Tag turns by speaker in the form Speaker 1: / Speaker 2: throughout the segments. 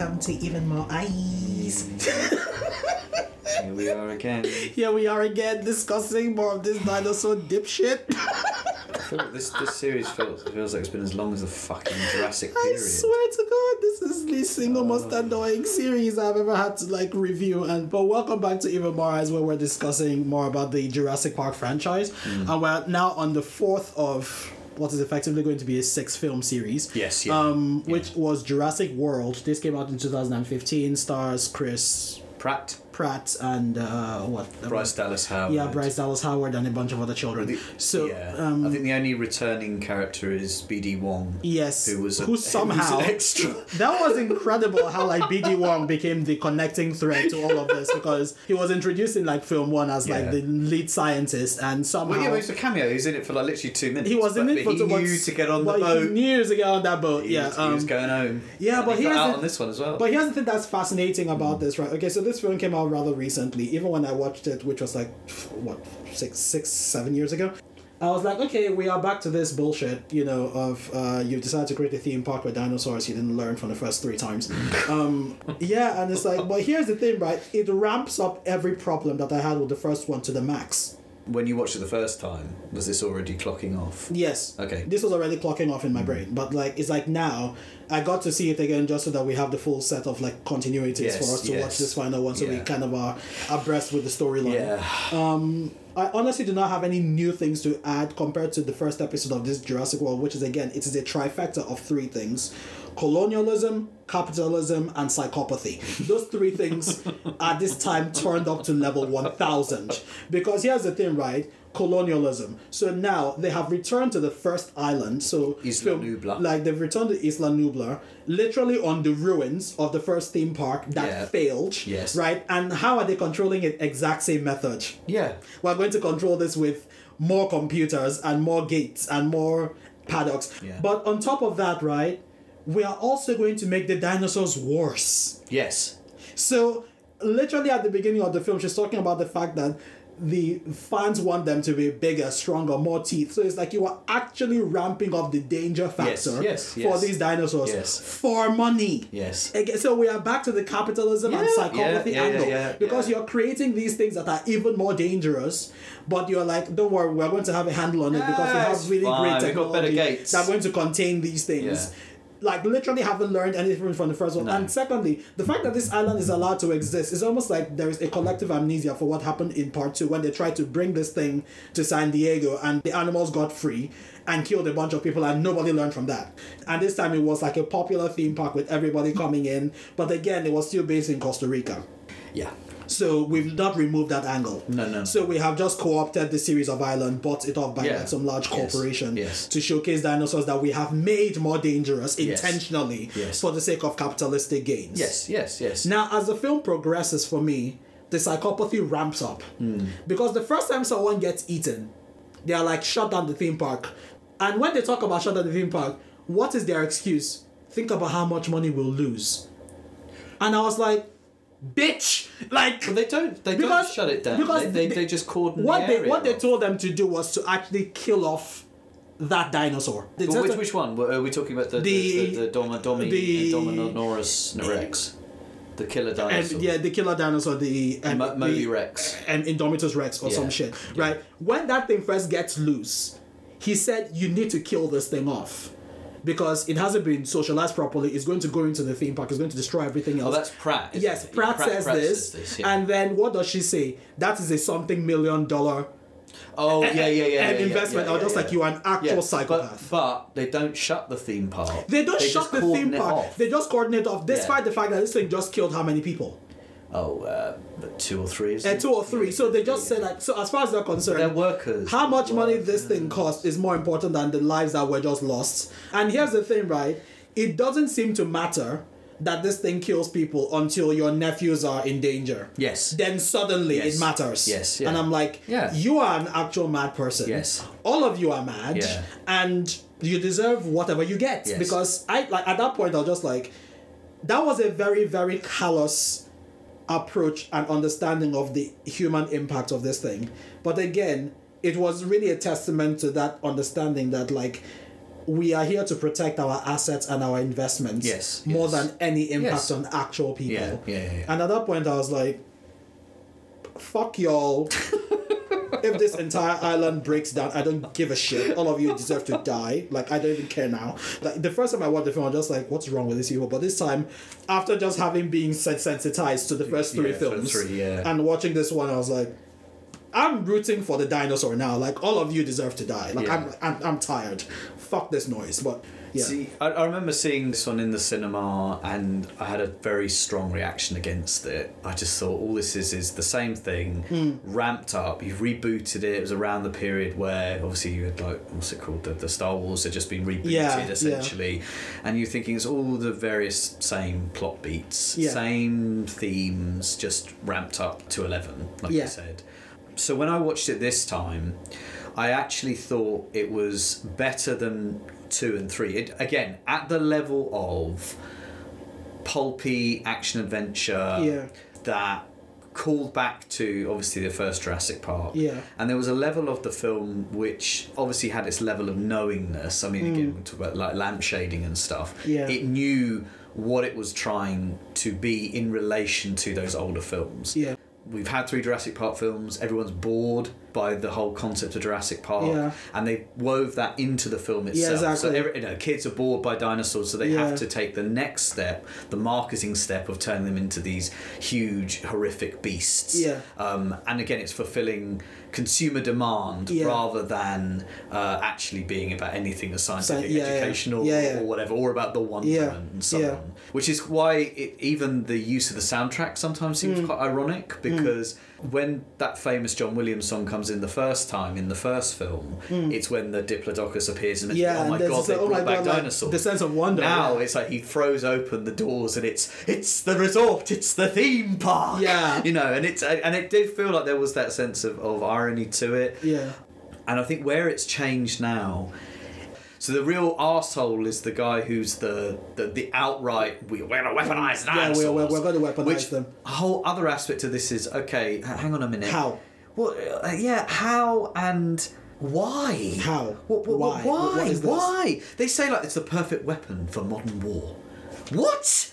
Speaker 1: on to even more eyes.
Speaker 2: Here we are again.
Speaker 1: Here we are again discussing more of this dinosaur dipshit.
Speaker 2: I feel like this, this series feels, feels like it's been as long as the fucking Jurassic
Speaker 1: I
Speaker 2: period. Uh.
Speaker 1: swear to God, this is the single most annoying series I've ever had to like review. And but welcome back to Even More Eyes, where we're discussing more about the Jurassic Park franchise,
Speaker 2: Hmm.
Speaker 1: and we're now on the fourth of what is effectively going to be a six film series.
Speaker 2: Yes, yeah.
Speaker 1: Um, which was Jurassic World. This came out in 2015. Stars Chris
Speaker 2: Pratt,
Speaker 1: Pratt and uh, what?
Speaker 2: Bryce Dallas Howard.
Speaker 1: Yeah, Bryce Dallas Howard and a bunch of other children.
Speaker 2: The-
Speaker 1: so
Speaker 2: yeah.
Speaker 1: um,
Speaker 2: I think the only returning character is BD Wong.
Speaker 1: Yes.
Speaker 2: Who was a,
Speaker 1: who
Speaker 2: was
Speaker 1: somehow
Speaker 2: an extra.
Speaker 1: That was incredible how like BD Wong became the connecting thread to all of this because he was introduced in like film one as like
Speaker 2: Yeah.
Speaker 1: the lead scientist and somehow
Speaker 2: Well, yeah, but it's a cameo. He's in it for like literally two minutes.
Speaker 1: he was in
Speaker 2: but-
Speaker 1: it
Speaker 2: but
Speaker 1: for
Speaker 2: he knew to get on the
Speaker 1: well, He
Speaker 2: boat.
Speaker 1: knew to get on that boat.
Speaker 2: He
Speaker 1: yeah,
Speaker 2: was,
Speaker 1: um,
Speaker 2: he was going home.
Speaker 1: yeah,
Speaker 2: And
Speaker 1: but
Speaker 2: he got
Speaker 1: here's
Speaker 2: out
Speaker 1: the-
Speaker 2: on this one as well.
Speaker 1: But here's the thing that's fascinating about this, right? Okay, so this film came out rather recently. Even when I watched it, which was like what six, six, seven years ago, I was like, okay, we are back to this bullshit. You know, of uh, you've decided to create a theme park with dinosaurs. You didn't learn from the first three times. Um, yeah, and it's like, but here's the thing, right? It ramps up every problem that I had with the first one to the max.
Speaker 2: when you watched it the first time, was this already clocking off?
Speaker 1: Yes.
Speaker 2: Okay. Mm-hmm.
Speaker 1: This was already clocking off in my brain, but like it's like now I got to see it again just so that we have the full set of like continuities
Speaker 2: Yes,
Speaker 1: for us to watch
Speaker 2: yes.
Speaker 1: this final one, so we
Speaker 2: Yeah.
Speaker 1: kind of are abreast with the storyline.
Speaker 2: Yeah.
Speaker 1: I honestly do not have any new things to add compared to the first episode of this Jurassic World, which is again it is a trifecta of three things: colonialism, capitalism, and psychopathy. Those three things at this time turned up to level one thousand. Because here's the thing, right? Colonialism. So now they have returned to the first island. So
Speaker 2: Isla
Speaker 1: so,
Speaker 2: Nublar.
Speaker 1: Like they've returned to Isla Nublar, literally on the ruins of the first theme park that
Speaker 2: Yeah.
Speaker 1: failed.
Speaker 2: Yes.
Speaker 1: Right. And how are they controlling it? Exact same method
Speaker 2: yeah.
Speaker 1: we're going to control this with more computers and more gates and more paddocks.
Speaker 2: Yeah.
Speaker 1: But on top of that, right, we are also going to make the dinosaurs worse.
Speaker 2: Yes.
Speaker 1: So, literally at the beginning of the film, she's talking about the fact that the fans want them to be bigger, stronger, more teeth. So it's like you are actually ramping up the danger
Speaker 2: Yes,
Speaker 1: factor
Speaker 2: yes,
Speaker 1: for
Speaker 2: yes.
Speaker 1: these dinosaurs
Speaker 2: Yes.
Speaker 1: for money.
Speaker 2: Yes.
Speaker 1: Again, so we are back to the capitalism and
Speaker 2: Yeah,
Speaker 1: psychopathy
Speaker 2: yeah, yeah,
Speaker 1: angle
Speaker 2: yeah,
Speaker 1: because
Speaker 2: yeah.
Speaker 1: you're creating these things that are even more dangerous, but you're like, don't worry, we're going to have a handle on it because we
Speaker 2: Ah,
Speaker 1: have
Speaker 2: it's
Speaker 1: really great
Speaker 2: fine, we've got better
Speaker 1: technology
Speaker 2: gates.
Speaker 1: that are going to contain these things.
Speaker 2: Yeah.
Speaker 1: Like literally haven't learned anything from the first one.
Speaker 2: No.
Speaker 1: And secondly, the fact that this island is allowed to exist is almost like there is a collective amnesia for what happened in part two when they tried to bring this thing to San Diego and the animals got free and killed a bunch of people and nobody learned from that. And this time it was like a popular theme park with everybody coming in, but again it was still based in Costa Rica.
Speaker 2: Yeah.
Speaker 1: So we've not removed that angle.
Speaker 2: No, no.
Speaker 1: So we have just co-opted the series of Ireland, bought it off by
Speaker 2: Yeah.
Speaker 1: like, some large
Speaker 2: Yes.
Speaker 1: corporation
Speaker 2: Yes.
Speaker 1: to showcase dinosaurs that we have made more dangerous
Speaker 2: Yes.
Speaker 1: intentionally
Speaker 2: Yes.
Speaker 1: for the sake of capitalistic gains.
Speaker 2: Yes. Yes. Yes.
Speaker 1: Now, as the film progresses for me, the psychopathy ramps up.
Speaker 2: Hmm.
Speaker 1: Because the first time someone gets eaten, they are like, shut down the theme park. And when they talk about shut down the theme park, what is their excuse? Think about how much money we'll lose. And I was like, bitch! Like,
Speaker 2: Well, they don't. They
Speaker 1: because
Speaker 2: don't shut it down.
Speaker 1: Because
Speaker 2: They, they,
Speaker 1: the-
Speaker 2: they just cordon
Speaker 1: what
Speaker 2: the
Speaker 1: they
Speaker 2: area
Speaker 1: what they
Speaker 2: off.
Speaker 1: told them to do was to actually kill off that dinosaur. They
Speaker 2: Well,
Speaker 1: just-
Speaker 2: which, which one? Were- Are we talking about the
Speaker 1: The-
Speaker 2: the the, the, Doma, Domi,
Speaker 1: the-
Speaker 2: and Dominosaurus rex, the killer
Speaker 1: um,
Speaker 2: dinosaur,
Speaker 1: yeah, the killer dinosaur, the um,
Speaker 2: Mo- Moby
Speaker 1: the-
Speaker 2: Rex?
Speaker 1: and Indomitus Rex or some
Speaker 2: Yeah.
Speaker 1: shit, right? When that thing first gets loose, he said you need to kill this thing off. Because it hasn't been socialized properly, it's going to go into the theme park, it's going to destroy everything else.
Speaker 2: Oh, that's Pratt. isn't
Speaker 1: yes,
Speaker 2: it? Yeah,
Speaker 1: Pratt, says, this,
Speaker 2: yeah.
Speaker 1: and then what does she say? That is a something million dollar
Speaker 2: oh yeah, yeah, yeah, yeah,
Speaker 1: an
Speaker 2: yeah, yeah,
Speaker 1: investment.
Speaker 2: yeah,
Speaker 1: I was just
Speaker 2: yeah,
Speaker 1: like,
Speaker 2: yeah.
Speaker 1: you are an actual
Speaker 2: Yeah,
Speaker 1: psychopath.
Speaker 2: But, but they don't shut the theme park.
Speaker 1: They don't
Speaker 2: just
Speaker 1: shut the
Speaker 2: cordon
Speaker 1: theme
Speaker 2: it
Speaker 1: park.
Speaker 2: off.
Speaker 1: They just coordinate off, despite
Speaker 2: Yeah.
Speaker 1: the fact that this thing just killed how many people?
Speaker 2: Oh, uh, but two or three. Isn't
Speaker 1: Uh,
Speaker 2: it?
Speaker 1: two or three. So they just
Speaker 2: Yeah.
Speaker 1: say like, so as far as they're concerned,
Speaker 2: They're workers.
Speaker 1: How much
Speaker 2: They
Speaker 1: money
Speaker 2: work.
Speaker 1: this thing cost is more important than the lives that were just lost. And here's the thing, right? It doesn't seem to matter that this thing kills people until your nephews are in danger.
Speaker 2: Yes.
Speaker 1: Then suddenly
Speaker 2: Yes.
Speaker 1: it matters.
Speaker 2: Yes, yeah.
Speaker 1: And I'm like,
Speaker 2: Yeah.
Speaker 1: you are an actual mad person.
Speaker 2: Yes.
Speaker 1: All of you are mad.
Speaker 2: Yeah.
Speaker 1: And you deserve whatever you get.
Speaker 2: Yes.
Speaker 1: Because I like at that point I was just like, that was a very, very callous approach and understanding of the human impact of this thing. But again, it was really a testament to that understanding that like we are here to protect our assets and our investments
Speaker 2: Yes,
Speaker 1: more
Speaker 2: yes.
Speaker 1: than any impact
Speaker 2: Yes.
Speaker 1: on actual people.
Speaker 2: Yeah, yeah, yeah, yeah.
Speaker 1: And at that point, I was like, fuck y'all. if this entire island breaks down, I don't give a shit. All of you deserve to die. Like I don't even care now. Like the first time I watched the film, I was just like, what's wrong with these people? But this time, after just having been sen- sensitized to the first three
Speaker 2: Yeah, for the
Speaker 1: films
Speaker 2: three, yeah.
Speaker 1: and watching this one, I was like. I'm rooting for the dinosaur now. Like all of you deserve to die. Like
Speaker 2: Yeah.
Speaker 1: I'm, I'm, I'm tired. Fuck this noise. But yeah,
Speaker 2: See, I, I remember seeing this one in the cinema, and I had a very strong reaction against it. I just thought all this is is the same thing,
Speaker 1: Hmm.
Speaker 2: ramped up. You've rebooted it. It was around the period where obviously you had like what's it called? The, the Star Wars had just been rebooted
Speaker 1: Yeah, yeah.
Speaker 2: essentially, and you're thinking it's all the various same plot beats,
Speaker 1: Yeah.
Speaker 2: same themes, just ramped up to eleven, like
Speaker 1: Yeah.
Speaker 2: you said. So when I watched it this time, I actually thought it was better than two and three. It again at the level of pulpy action adventure
Speaker 1: Yeah.
Speaker 2: that called back to obviously the first Jurassic Park.
Speaker 1: Yeah.
Speaker 2: And there was a level of the film which obviously had its level of knowingness. I mean, again, we talk about like lamp shading and stuff.
Speaker 1: Mm. Yeah.
Speaker 2: It knew what it was trying to be in relation to those older films
Speaker 1: yeah,
Speaker 2: we've had three Jurassic Park films. Everyone's bored by the whole concept of Jurassic Park,
Speaker 1: Yeah.
Speaker 2: and they wove that into the film itself.
Speaker 1: exactly.
Speaker 2: So every, you know, kids are bored by dinosaurs, so they
Speaker 1: Yeah.
Speaker 2: have to take the next step, the marketing step of turning them into these huge, horrific beasts.
Speaker 1: Yeah.
Speaker 2: Um, and again, it's fulfilling consumer demand
Speaker 1: Yeah.
Speaker 2: rather than uh, actually being about anything that's scientific,
Speaker 1: yeah, yeah.
Speaker 2: educational,
Speaker 1: Yeah, yeah.
Speaker 2: or whatever, or about the wonderment
Speaker 1: Yeah.
Speaker 2: and so
Speaker 1: Yeah.
Speaker 2: on which is why it, even the use of the soundtrack sometimes seems
Speaker 1: Hmm.
Speaker 2: quite ironic because when that famous John Williams song comes in the first time in the first film, it's when the Diplodocus appears and
Speaker 1: Hmm. yeah.
Speaker 2: oh my
Speaker 1: and there's
Speaker 2: god,
Speaker 1: this,
Speaker 2: they
Speaker 1: oh
Speaker 2: brought
Speaker 1: my
Speaker 2: back
Speaker 1: god, like,
Speaker 2: dinosaurs.
Speaker 1: the sense of wonder.
Speaker 2: now
Speaker 1: yeah.
Speaker 2: it's like he throws open the doors and it's it's the resort, it's the theme park.
Speaker 1: Yeah.
Speaker 2: you know, and it's and it did feel like there was that sense of, of irony to it.
Speaker 1: yeah,
Speaker 2: And I think where it's changed now. So the real arsehole is the guy who's the the, the outright we, we're gonna weaponize
Speaker 1: Yeah,
Speaker 2: dinosaurs.
Speaker 1: we're- we're- we're gonna weaponize
Speaker 2: Which
Speaker 1: them.
Speaker 2: A whole other aspect of this is okay. h- Hang on a minute.
Speaker 1: How?
Speaker 2: Well, uh, yeah. How and why?
Speaker 1: How?
Speaker 2: What, what,
Speaker 1: Why?
Speaker 2: what-
Speaker 1: What-
Speaker 2: Why?
Speaker 1: what is this?
Speaker 2: why? They say like it's the perfect weapon for modern war. What?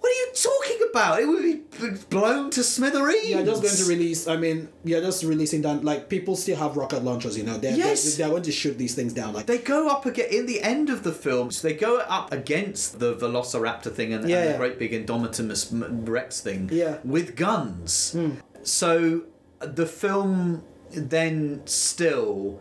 Speaker 2: What are you talking about? It would be b- blown to smithereens.
Speaker 1: You're just going to release. I mean, you're just releasing down. Like people still have rocket launchers, you know. They're,
Speaker 2: Yes.
Speaker 1: they're, they're going to shoot these things down. Like
Speaker 2: They go up again in the end of the film. So they go up against the Velociraptor thing and, and
Speaker 1: Yeah, yeah.
Speaker 2: the great big Indominus M- Rex thing
Speaker 1: Yeah. Hmm.
Speaker 2: with guns. So the film then still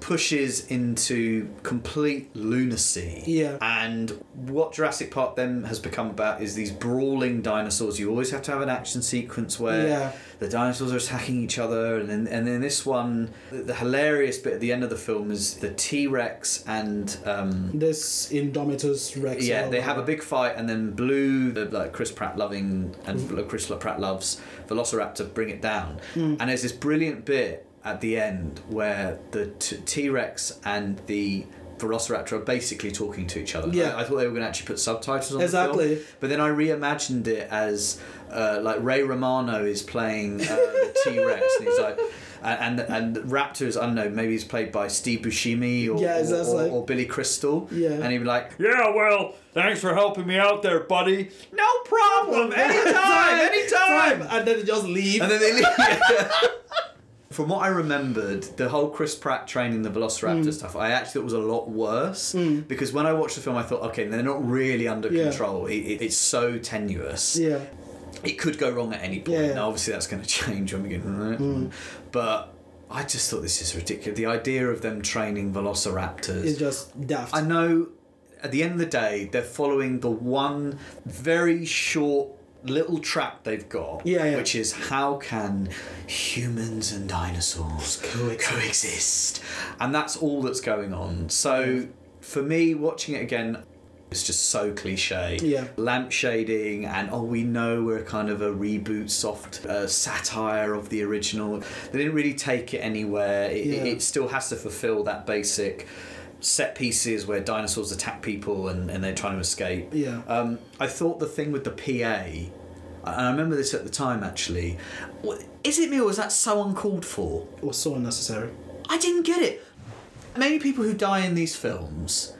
Speaker 2: pushes into complete lunacy.
Speaker 1: Yeah.
Speaker 2: And what Jurassic Park then has become about is these brawling dinosaurs. You always have to have an action sequence where
Speaker 1: Yeah.
Speaker 2: the dinosaurs are attacking each other, and then and then this one, the, the hilarious bit at the end of the film is the T Rex and um,
Speaker 1: this Indomitus Rex.
Speaker 2: yeah,
Speaker 1: or
Speaker 2: they have a
Speaker 1: whatever.
Speaker 2: big fight, and then Blue, the like Chris Pratt loving and
Speaker 1: Mm.
Speaker 2: Chris Pratt loves Velociraptor, bring it down. And there's this brilliant bit at the end where the T Rex and the Velociraptor are basically talking to each other.
Speaker 1: Yeah.
Speaker 2: I, I thought they were going to actually put subtitles on The
Speaker 1: Exactly.
Speaker 2: film, but then I reimagined it as uh, like Ray Romano is playing uh, the T Rex, and he's like. And, and and Raptor is unknown. Maybe he's played by Steve Buscemi or,
Speaker 1: Yeah,
Speaker 2: or,
Speaker 1: that's
Speaker 2: or-
Speaker 1: like-
Speaker 2: or Billy Crystal.
Speaker 1: Yeah.
Speaker 2: And he'd be like, Yeah, well, thanks for helping me out there, buddy. No problem. Anytime, anytime.
Speaker 1: and then they just leave.
Speaker 2: And then they leave. From what I remembered, the whole Chris Pratt training the Velociraptor
Speaker 1: Mm.
Speaker 2: stuff, I actually thought was a lot worse because when I watched the film, I thought, okay, they're not really under
Speaker 1: Yeah.
Speaker 2: control. It, it, it's so tenuous
Speaker 1: yeah,
Speaker 2: it could go wrong at any point.
Speaker 1: Yeah. Mm.
Speaker 2: Now, obviously, that's going to change when we get But I just thought this is ridiculous. The idea of them training velociraptors.
Speaker 1: it's just daft.
Speaker 2: I know at the end of the day, they're following the one very short little track they've got,
Speaker 1: Yeah, yeah.
Speaker 2: which is how can humans and dinosaurs coexist. And that's all that's going on. So for me, watching it again, it's just so cliche.
Speaker 1: Yeah.
Speaker 2: Lamp shading, and oh, we know we're kind of a reboot, soft uh, satire of the original. They didn't really take it anywhere. It,
Speaker 1: Yeah.
Speaker 2: it, it still has to fulfill that basic set pieces where dinosaurs attack people and, and they're trying to escape.
Speaker 1: Yeah.
Speaker 2: Um, I thought the thing with the PA, and I remember this at the time actually, w- is it me or was that so uncalled for?
Speaker 1: it was so unnecessary.
Speaker 2: I didn't get it. Many people who die in these films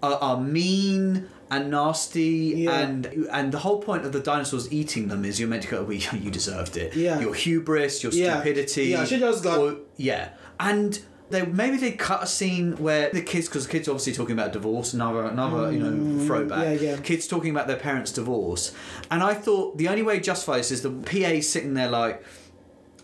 Speaker 2: are, are mean and nasty
Speaker 1: Yeah.
Speaker 2: and and the whole point of the dinosaurs eating them is you're meant to go we you deserved it
Speaker 1: Yeah.
Speaker 2: your hubris your
Speaker 1: Yeah.
Speaker 2: stupidity
Speaker 1: Yeah, she just got-
Speaker 2: or- yeah and they maybe they cut a scene where the kids because the kids are obviously talking about divorce another another you know throwback
Speaker 1: Mm, yeah, yeah.
Speaker 2: kids talking about their parents divorce and i thought the only way to justify this is the pa sitting there like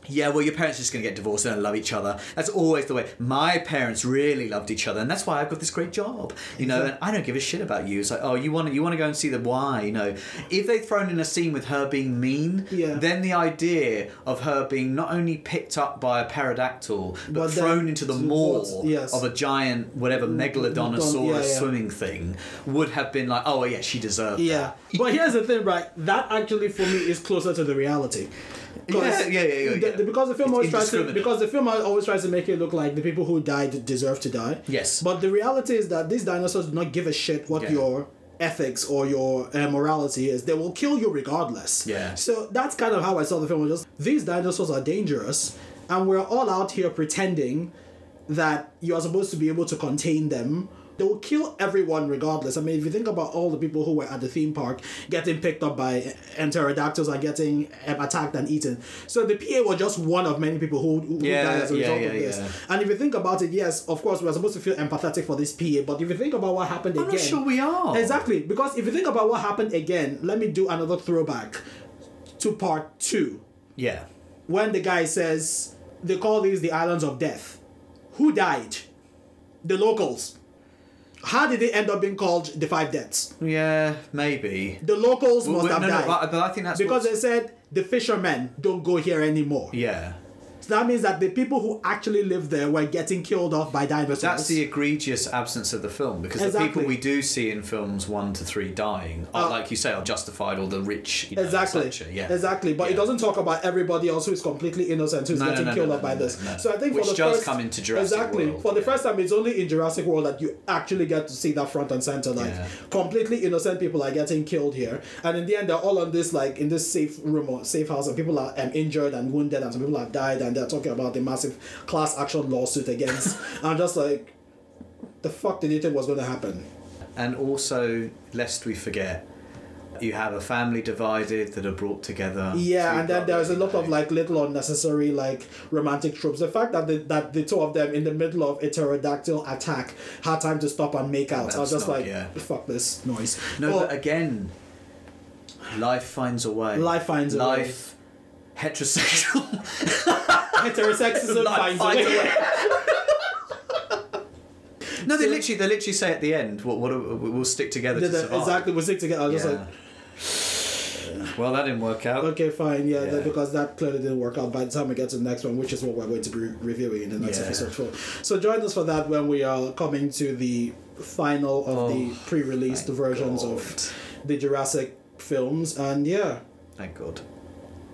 Speaker 2: yeah, well, your parents are just going to get divorced and love each other. That's always the way. My parents really loved each other, and that's why I've got this great job. You know, and I don't give a shit about you. It's like, oh, you want to you want to go and see the why? You know, if they'd thrown in a scene with her being mean,
Speaker 1: Yeah.
Speaker 2: then the idea of her being not only picked up by a pterodactyl but,
Speaker 1: But then
Speaker 2: thrown into the
Speaker 1: towards-
Speaker 2: maw
Speaker 1: yes. Mm,
Speaker 2: of a giant whatever megalodon
Speaker 1: yeah, yeah.
Speaker 2: swimming thing would have been like, oh, yeah, she deserved.
Speaker 1: Yeah. But here's the thing, right? That actually for me is closer to the reality. 'Cause
Speaker 2: Yeah, yeah, yeah, yeah,
Speaker 1: the-
Speaker 2: yeah.
Speaker 1: the- because the film
Speaker 2: It's
Speaker 1: always tries to
Speaker 2: indiscriminate.
Speaker 1: because the film always tries to make it look like the people who died deserve to die.
Speaker 2: Yes.
Speaker 1: But the reality is that these dinosaurs do not give a shit what
Speaker 2: Yeah.
Speaker 1: your ethics or your uh, morality is. They will kill you regardless.
Speaker 2: Yeah.
Speaker 1: So that's kind of how I saw the film. was Just these dinosaurs are dangerous, and we're all out here pretending that you are supposed to be able to contain them. They will kill everyone regardless. I mean, if you think about all the people who were at the theme park getting picked up by pterodactyls and getting um, attacked and eaten. So the PA was just one of many people who, who
Speaker 2: Yeah,
Speaker 1: died as a
Speaker 2: yeah,
Speaker 1: result of
Speaker 2: yeah,
Speaker 1: this.
Speaker 2: yeah.
Speaker 1: And if you think about it, yes, of course, we're supposed to feel empathetic for this PA, but if you think about what happened
Speaker 2: I'm
Speaker 1: again.
Speaker 2: not sure we are.
Speaker 1: Exactly, because if you think about what happened again, let me do another throwback to part two
Speaker 2: Yeah.
Speaker 1: when the guy says they call these the islands of death. Who died? The locals. How did they end up being called the five deaths?
Speaker 2: Yeah, maybe.
Speaker 1: The locals must
Speaker 2: Well,
Speaker 1: have
Speaker 2: no, no, uh,
Speaker 1: died.
Speaker 2: but, but I think that's
Speaker 1: because
Speaker 2: what's-
Speaker 1: they said the fishermen don't go here anymore.
Speaker 2: yeah,
Speaker 1: So that means that the people who actually lived there were getting killed off by dinosaurs.
Speaker 2: that's the egregious absence of the film because
Speaker 1: Exactly.
Speaker 2: the people we do see in films one to three dying are,
Speaker 1: Uh,
Speaker 2: like you say, are justified or the rich. You know,
Speaker 1: Exactly.
Speaker 2: etc. Yeah.
Speaker 1: Exactly. But it
Speaker 2: Yeah.
Speaker 1: doesn't talk about everybody else who is completely innocent who's
Speaker 2: No, no,
Speaker 1: getting
Speaker 2: no, no,
Speaker 1: killed
Speaker 2: no,
Speaker 1: off by
Speaker 2: no,
Speaker 1: this.
Speaker 2: no, no.
Speaker 1: So I think for
Speaker 2: Which
Speaker 1: the
Speaker 2: does
Speaker 1: first,
Speaker 2: come into Jurassic
Speaker 1: exactly
Speaker 2: World,
Speaker 1: for the
Speaker 2: yeah.
Speaker 1: first time, it's only in Jurassic World that you actually get to see that front and center. Like
Speaker 2: Yeah.
Speaker 1: completely innocent people are getting killed here, and in the end, they're all on this like in this safe room or safe house, and people are um, injured and wounded, and some people have died, and they're talking about the massive class action lawsuit against. I'm just like, the fuck did you think was going to happen?
Speaker 2: And also, lest we forget, you have a family divided that are brought together.
Speaker 1: Yeah,
Speaker 2: through
Speaker 1: and then there's a lot of
Speaker 2: brotherly
Speaker 1: like little unnecessary like romantic tropes. The fact that the, that the two of them in the middle of a pterodactyl attack had time to stop and make out. I was
Speaker 2: That's
Speaker 1: just
Speaker 2: not-
Speaker 1: like,
Speaker 2: yeah.
Speaker 1: fuck this noise.
Speaker 2: hate. No,
Speaker 1: Well,
Speaker 2: but again, life finds a way.
Speaker 1: Life finds a way.
Speaker 2: Life, heterosexual.
Speaker 1: heterosexism
Speaker 2: Life
Speaker 1: finds a
Speaker 2: finds a
Speaker 1: way.
Speaker 2: way. No, they literally they literally say at the end, "What what we'll stick together to
Speaker 1: Did that-
Speaker 2: survive."
Speaker 1: exactly, we stick together. I was just like,
Speaker 2: well, that didn't work out.
Speaker 1: okay, fine, yeah, that-
Speaker 2: Yeah.
Speaker 1: because that clearly didn't work out. By the time we get to the next one, which is what we're going to be re- reviewing in the next
Speaker 2: Yeah.
Speaker 1: episode four. So join us for that when we are coming to the final of the pre-released
Speaker 2: thank
Speaker 1: versions
Speaker 2: Oh, God.
Speaker 1: of the Jurassic films, and yeah.
Speaker 2: Thank God.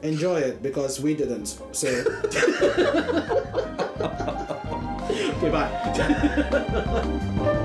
Speaker 1: enjoy it because we didn't. So. okay, bye.